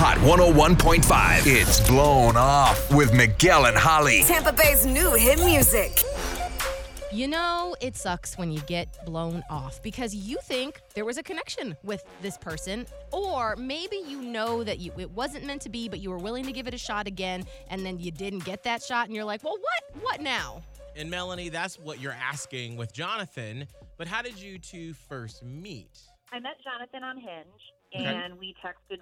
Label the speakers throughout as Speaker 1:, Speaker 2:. Speaker 1: Hot 101.5. It's blown off with Miguel and Holly.
Speaker 2: Tampa Bay's new hit music.
Speaker 3: You know, it sucks when you get blown off because you think there was a connection with this person, or maybe you know that you, it wasn't meant to be, but you were willing to give it a shot again, and then you didn't get that shot, and you're like, well, what? What now?
Speaker 4: And Melanie, that's what you're asking with Jonathan. But how did you two first meet?
Speaker 5: I met Jonathan on Hinge, and we texted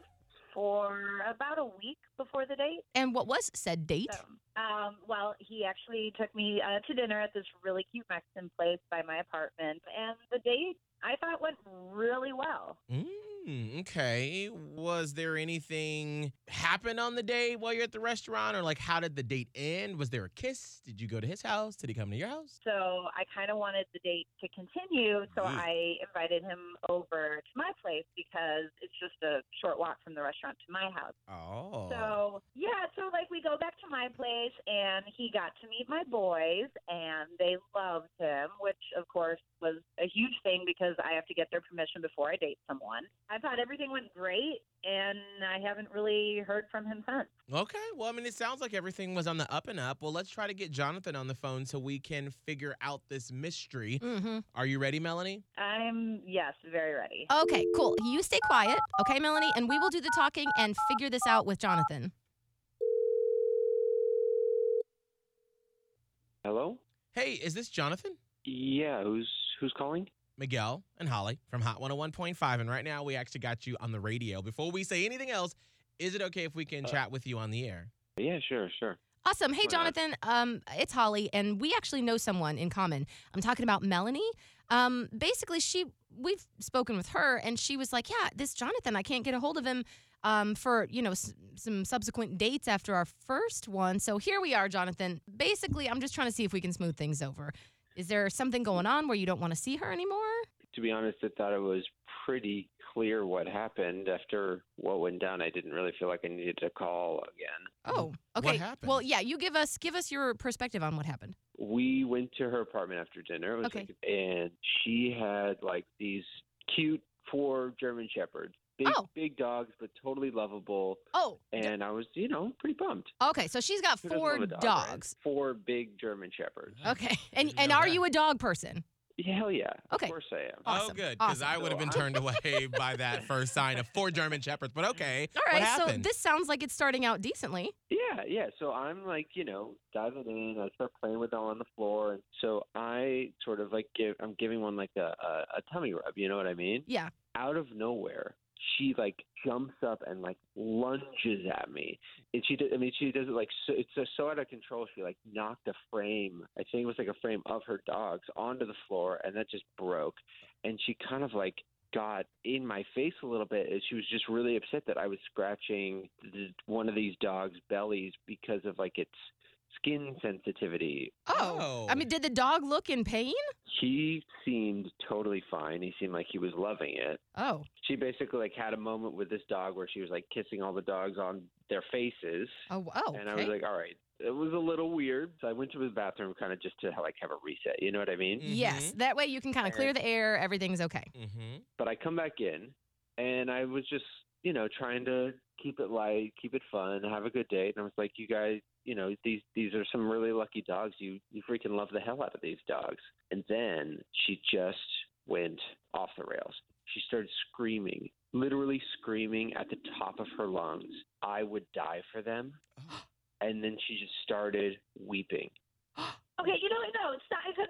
Speaker 5: for about a week before the date.
Speaker 3: And what was said date?
Speaker 5: So, um, well, he actually took me uh, to dinner at this really cute Mexican place by my apartment, and the date I thought went really well.
Speaker 4: Mm, okay. Was there anything happen on the day while you're at the restaurant, or like how did the date end? Was there a kiss? Did you go to his house? Did he come to your house?
Speaker 5: So I kind of wanted the date to continue, so
Speaker 4: Mm.
Speaker 5: I invited him over to my place because it's just a short walk from the restaurant to my house.
Speaker 4: Oh.
Speaker 5: So yeah, so like we go back to my place, and he got to meet my boys, and they loved him, which of course was a huge thing because I have to get their permission before I date someone. I thought everything went great, and I haven't really heard from him since.
Speaker 4: Okay. Well, I mean, it sounds like everything was on the up and up. Well, let's try to get Jonathan on the phone so we can figure out this mystery.
Speaker 3: Mm-hmm.
Speaker 4: Are you ready, Melanie?
Speaker 5: I'm yes, very ready.
Speaker 3: Okay, cool. You stay quiet, okay, Melanie? And we will do the talking and figure this out with Jonathan.
Speaker 6: Hello?
Speaker 4: Hey, is this Jonathan?
Speaker 6: Yeah, who's who's calling?
Speaker 4: Miguel and Holly from Hot 101.5. And right now, we actually got you on the radio. Before we say anything else, is it okay if we can
Speaker 6: Uh,
Speaker 4: chat with you on the air?
Speaker 6: Yeah, sure, sure.
Speaker 3: Awesome. Hey,
Speaker 6: Why not?
Speaker 3: Jonathan. Um, it's Holly, and we actually know someone in common. I'm talking about Melanie. Um, basically, she we've spoken with her, and she was like, "Yeah, this Jonathan, I can't get a hold of him um, for you know s- some subsequent dates after our first one." So here we are, Jonathan. Basically, I'm just trying to see if we can smooth things over. Is there something going on where you don't want to see her anymore?
Speaker 6: To be honest, I thought it was pretty clear what happened after what went down. I didn't really feel like I needed to call again.
Speaker 3: Oh,
Speaker 4: What
Speaker 3: okay.
Speaker 4: happened?
Speaker 3: Well, yeah, you give us give us your perspective on what happened.
Speaker 6: We went to her apartment after dinner. It was
Speaker 3: Okay.
Speaker 6: like- and she had like these cute four German shepherds. Big
Speaker 3: Oh.
Speaker 6: big dogs but totally lovable.
Speaker 3: Oh,
Speaker 6: And I was, you know, pretty bummed.
Speaker 3: okay. So she's got
Speaker 6: Who doesn't
Speaker 3: four
Speaker 6: love a dog, right?
Speaker 3: dogs.
Speaker 6: Four big German shepherds.
Speaker 3: Oh, Okay, and
Speaker 4: Didn't
Speaker 3: and
Speaker 4: know
Speaker 3: are
Speaker 4: that.
Speaker 3: you a dog person?
Speaker 6: Yeah, Hell yeah.
Speaker 3: Okay.
Speaker 6: Of course I am.
Speaker 3: Awesome.
Speaker 4: Oh, good, because I
Speaker 3: Awesome.
Speaker 4: would have been
Speaker 6: So
Speaker 4: turned away by that first sign of four German shepherds. But okay,
Speaker 3: All
Speaker 4: what
Speaker 3: right, so
Speaker 4: happened?
Speaker 3: this sounds like it's starting out decently.
Speaker 6: Yeah, yeah. So I'm like, you know, diving in. I start playing with them on the floor, and so I sort of like give. I'm giving one like a, a a tummy rub. You know what I mean?
Speaker 3: Yeah.
Speaker 6: Out of nowhere, she like jumps up and like lunges at me, and she. Did, I mean, she does it like so, it's just so out of control. She like knocked a frame. I think it was like a frame of her dogs onto the floor, and that just broke. And she kind of like got in my face a little bit and she was just really upset that I was scratching th- one of these dogs' bellies because of like its skin sensitivity.
Speaker 3: Oh.
Speaker 4: Oh.
Speaker 3: I mean, did the dog look in pain?
Speaker 6: He seemed totally fine. He seemed like he was loving it.
Speaker 3: Oh.
Speaker 6: She basically like had a moment with this dog where she was like kissing all the dogs on their faces.
Speaker 3: Oh, oh.
Speaker 6: And I was
Speaker 3: okay.
Speaker 6: like, all right, it was a little weird. So I went to the bathroom kind of just to like have a reset. You know what I mean?
Speaker 3: yes. That way you can kind of clear the air, everything's okay.
Speaker 4: Mm-hmm.
Speaker 6: but I come back in and I was just, you know, trying to keep it light, keep it fun, have a good date. And I was like, you guys, you know, these these are some really lucky dogs. You you freaking love the hell out of these dogs. And then she just went off the rails. She started screaming, literally screaming at the top of her lungs, I would die for them. And then she just started weeping.
Speaker 5: Okay, you know what? No, it's not. It's not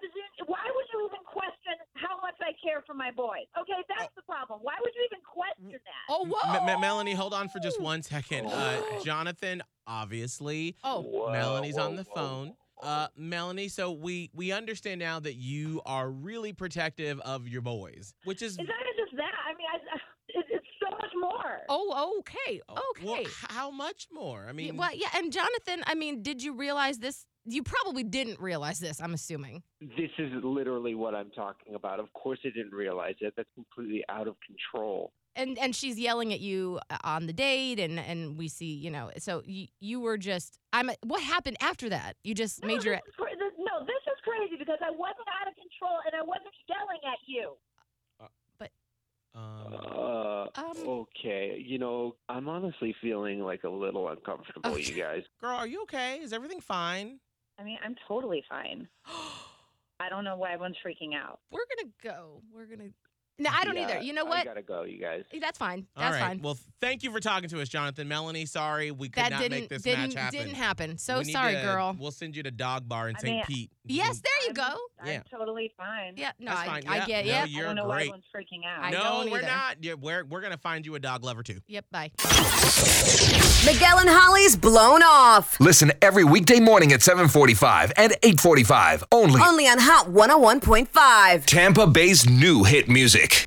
Speaker 5: why would you even question how much I care for my boys? Okay, that's the problem. Why would you even question that?
Speaker 3: Oh, whoa.
Speaker 4: M- M- Melanie, hold on for just one second. Uh,
Speaker 3: Oh.
Speaker 4: Jonathan, obviously,
Speaker 3: oh.
Speaker 6: Whoa,
Speaker 4: Melanie's on
Speaker 6: whoa,
Speaker 4: the
Speaker 6: whoa.
Speaker 4: phone. Uh, Melanie, so we we understand now that you are really protective of your boys, which is
Speaker 5: It's not even just that. I mean, I, it, it's so much more.
Speaker 3: Oh, okay,
Speaker 4: Oh,
Speaker 3: okay.
Speaker 4: Well, h- how much more? I
Speaker 3: Y-
Speaker 4: mean,
Speaker 3: well, yeah, and Jonathan, I mean, did you realize this? You probably didn't realize this. I'm assuming.
Speaker 6: This is literally what I'm talking about. Of course, I didn't realize it. That's completely out of control.
Speaker 3: And and she's yelling at you uh, on the date, and and we see, you know. So you you were just. I'm. What happened after that? You just
Speaker 5: No,
Speaker 3: made your.
Speaker 5: this is cra- this- no, this is crazy because I wasn't out of control and I wasn't yelling at you.
Speaker 4: um,
Speaker 6: Uh,
Speaker 3: Um.
Speaker 6: okay, you know, I'm honestly feeling like a little uncomfortable,
Speaker 3: Okay.
Speaker 6: you guys.
Speaker 4: girl, are you okay? Is everything fine?
Speaker 5: I mean, I'm totally fine.
Speaker 3: e-,
Speaker 5: I don't know why everyone's freaking out.
Speaker 3: We're gonna go. We're gonna. No, I don't
Speaker 6: Yeah,
Speaker 3: either. You know
Speaker 6: I
Speaker 3: what?
Speaker 6: gotta go, you guys.
Speaker 3: That's fine.
Speaker 4: All
Speaker 3: That's
Speaker 4: right.
Speaker 3: fine.
Speaker 4: Well, th- thank you for talking to us, Jonathan. Melanie, sorry we could
Speaker 3: that
Speaker 4: not
Speaker 3: didn't
Speaker 4: make this
Speaker 3: didn't
Speaker 4: match happen.
Speaker 3: didn't happen. So
Speaker 4: We need
Speaker 3: sorry,
Speaker 4: to-
Speaker 3: girl.
Speaker 4: We'll send you to Dog Bar in
Speaker 5: I
Speaker 4: St.
Speaker 5: mean,
Speaker 4: Pete.
Speaker 3: yes, there you
Speaker 5: I'm-
Speaker 3: go.
Speaker 5: I'm
Speaker 4: Yeah.
Speaker 5: totally fine.
Speaker 3: Yeah. No,
Speaker 4: That's
Speaker 3: I,
Speaker 4: fine.
Speaker 3: I
Speaker 4: Yeah.
Speaker 3: get.
Speaker 4: No,
Speaker 3: Yep.
Speaker 5: I
Speaker 4: You're
Speaker 5: don't know why
Speaker 4: great.
Speaker 5: everyone's freaking out.
Speaker 3: I
Speaker 4: no,
Speaker 3: don't
Speaker 4: we're
Speaker 3: either.
Speaker 4: not. Yeah, we're we're gonna find you a dog lover too.
Speaker 3: Yep. Bye.
Speaker 2: Miguel and Holly's blown off.
Speaker 1: Listen every weekday morning at 745 and 845 only
Speaker 2: Only on Hot 101.5.
Speaker 1: Tampa Bay's new hit music.